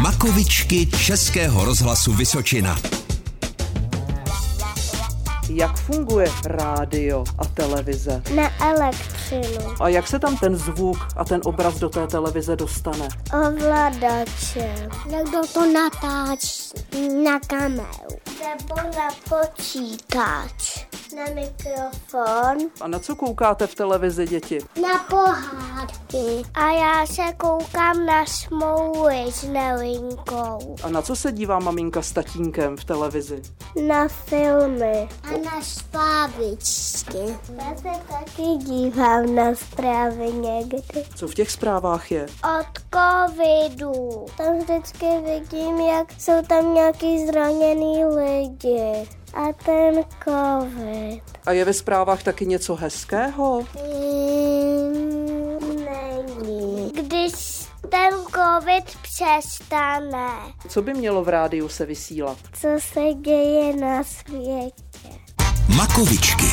Vlakovičky Českého rozhlasu Vysočina. Jak funguje rádio a televize? Na elektřinu. A jak se tam ten zvuk a ten obraz do té televize dostane? Ovladačem. Někdo to natáčí na kameru. Nebo na počítač. Na mikrofon. A na co koukáte v televizi, děti? Na pohádky. A já se koukám na smouly s nelinkou. A na co se dívá maminka s tatínkem v televizi? Na filmy. A na špávičky. Já se taky dívám na zprávy někdy. Co v těch zprávách je? Od covidu. Tam vždycky vidím, jak jsou tam nějaký zraněný lidi. A ten covid. A je ve zprávách taky něco hezkého? Mm, není. Když ten covid přestane, Co by mělo v rádiu se vysílat? co se děje na světě? Makovičky.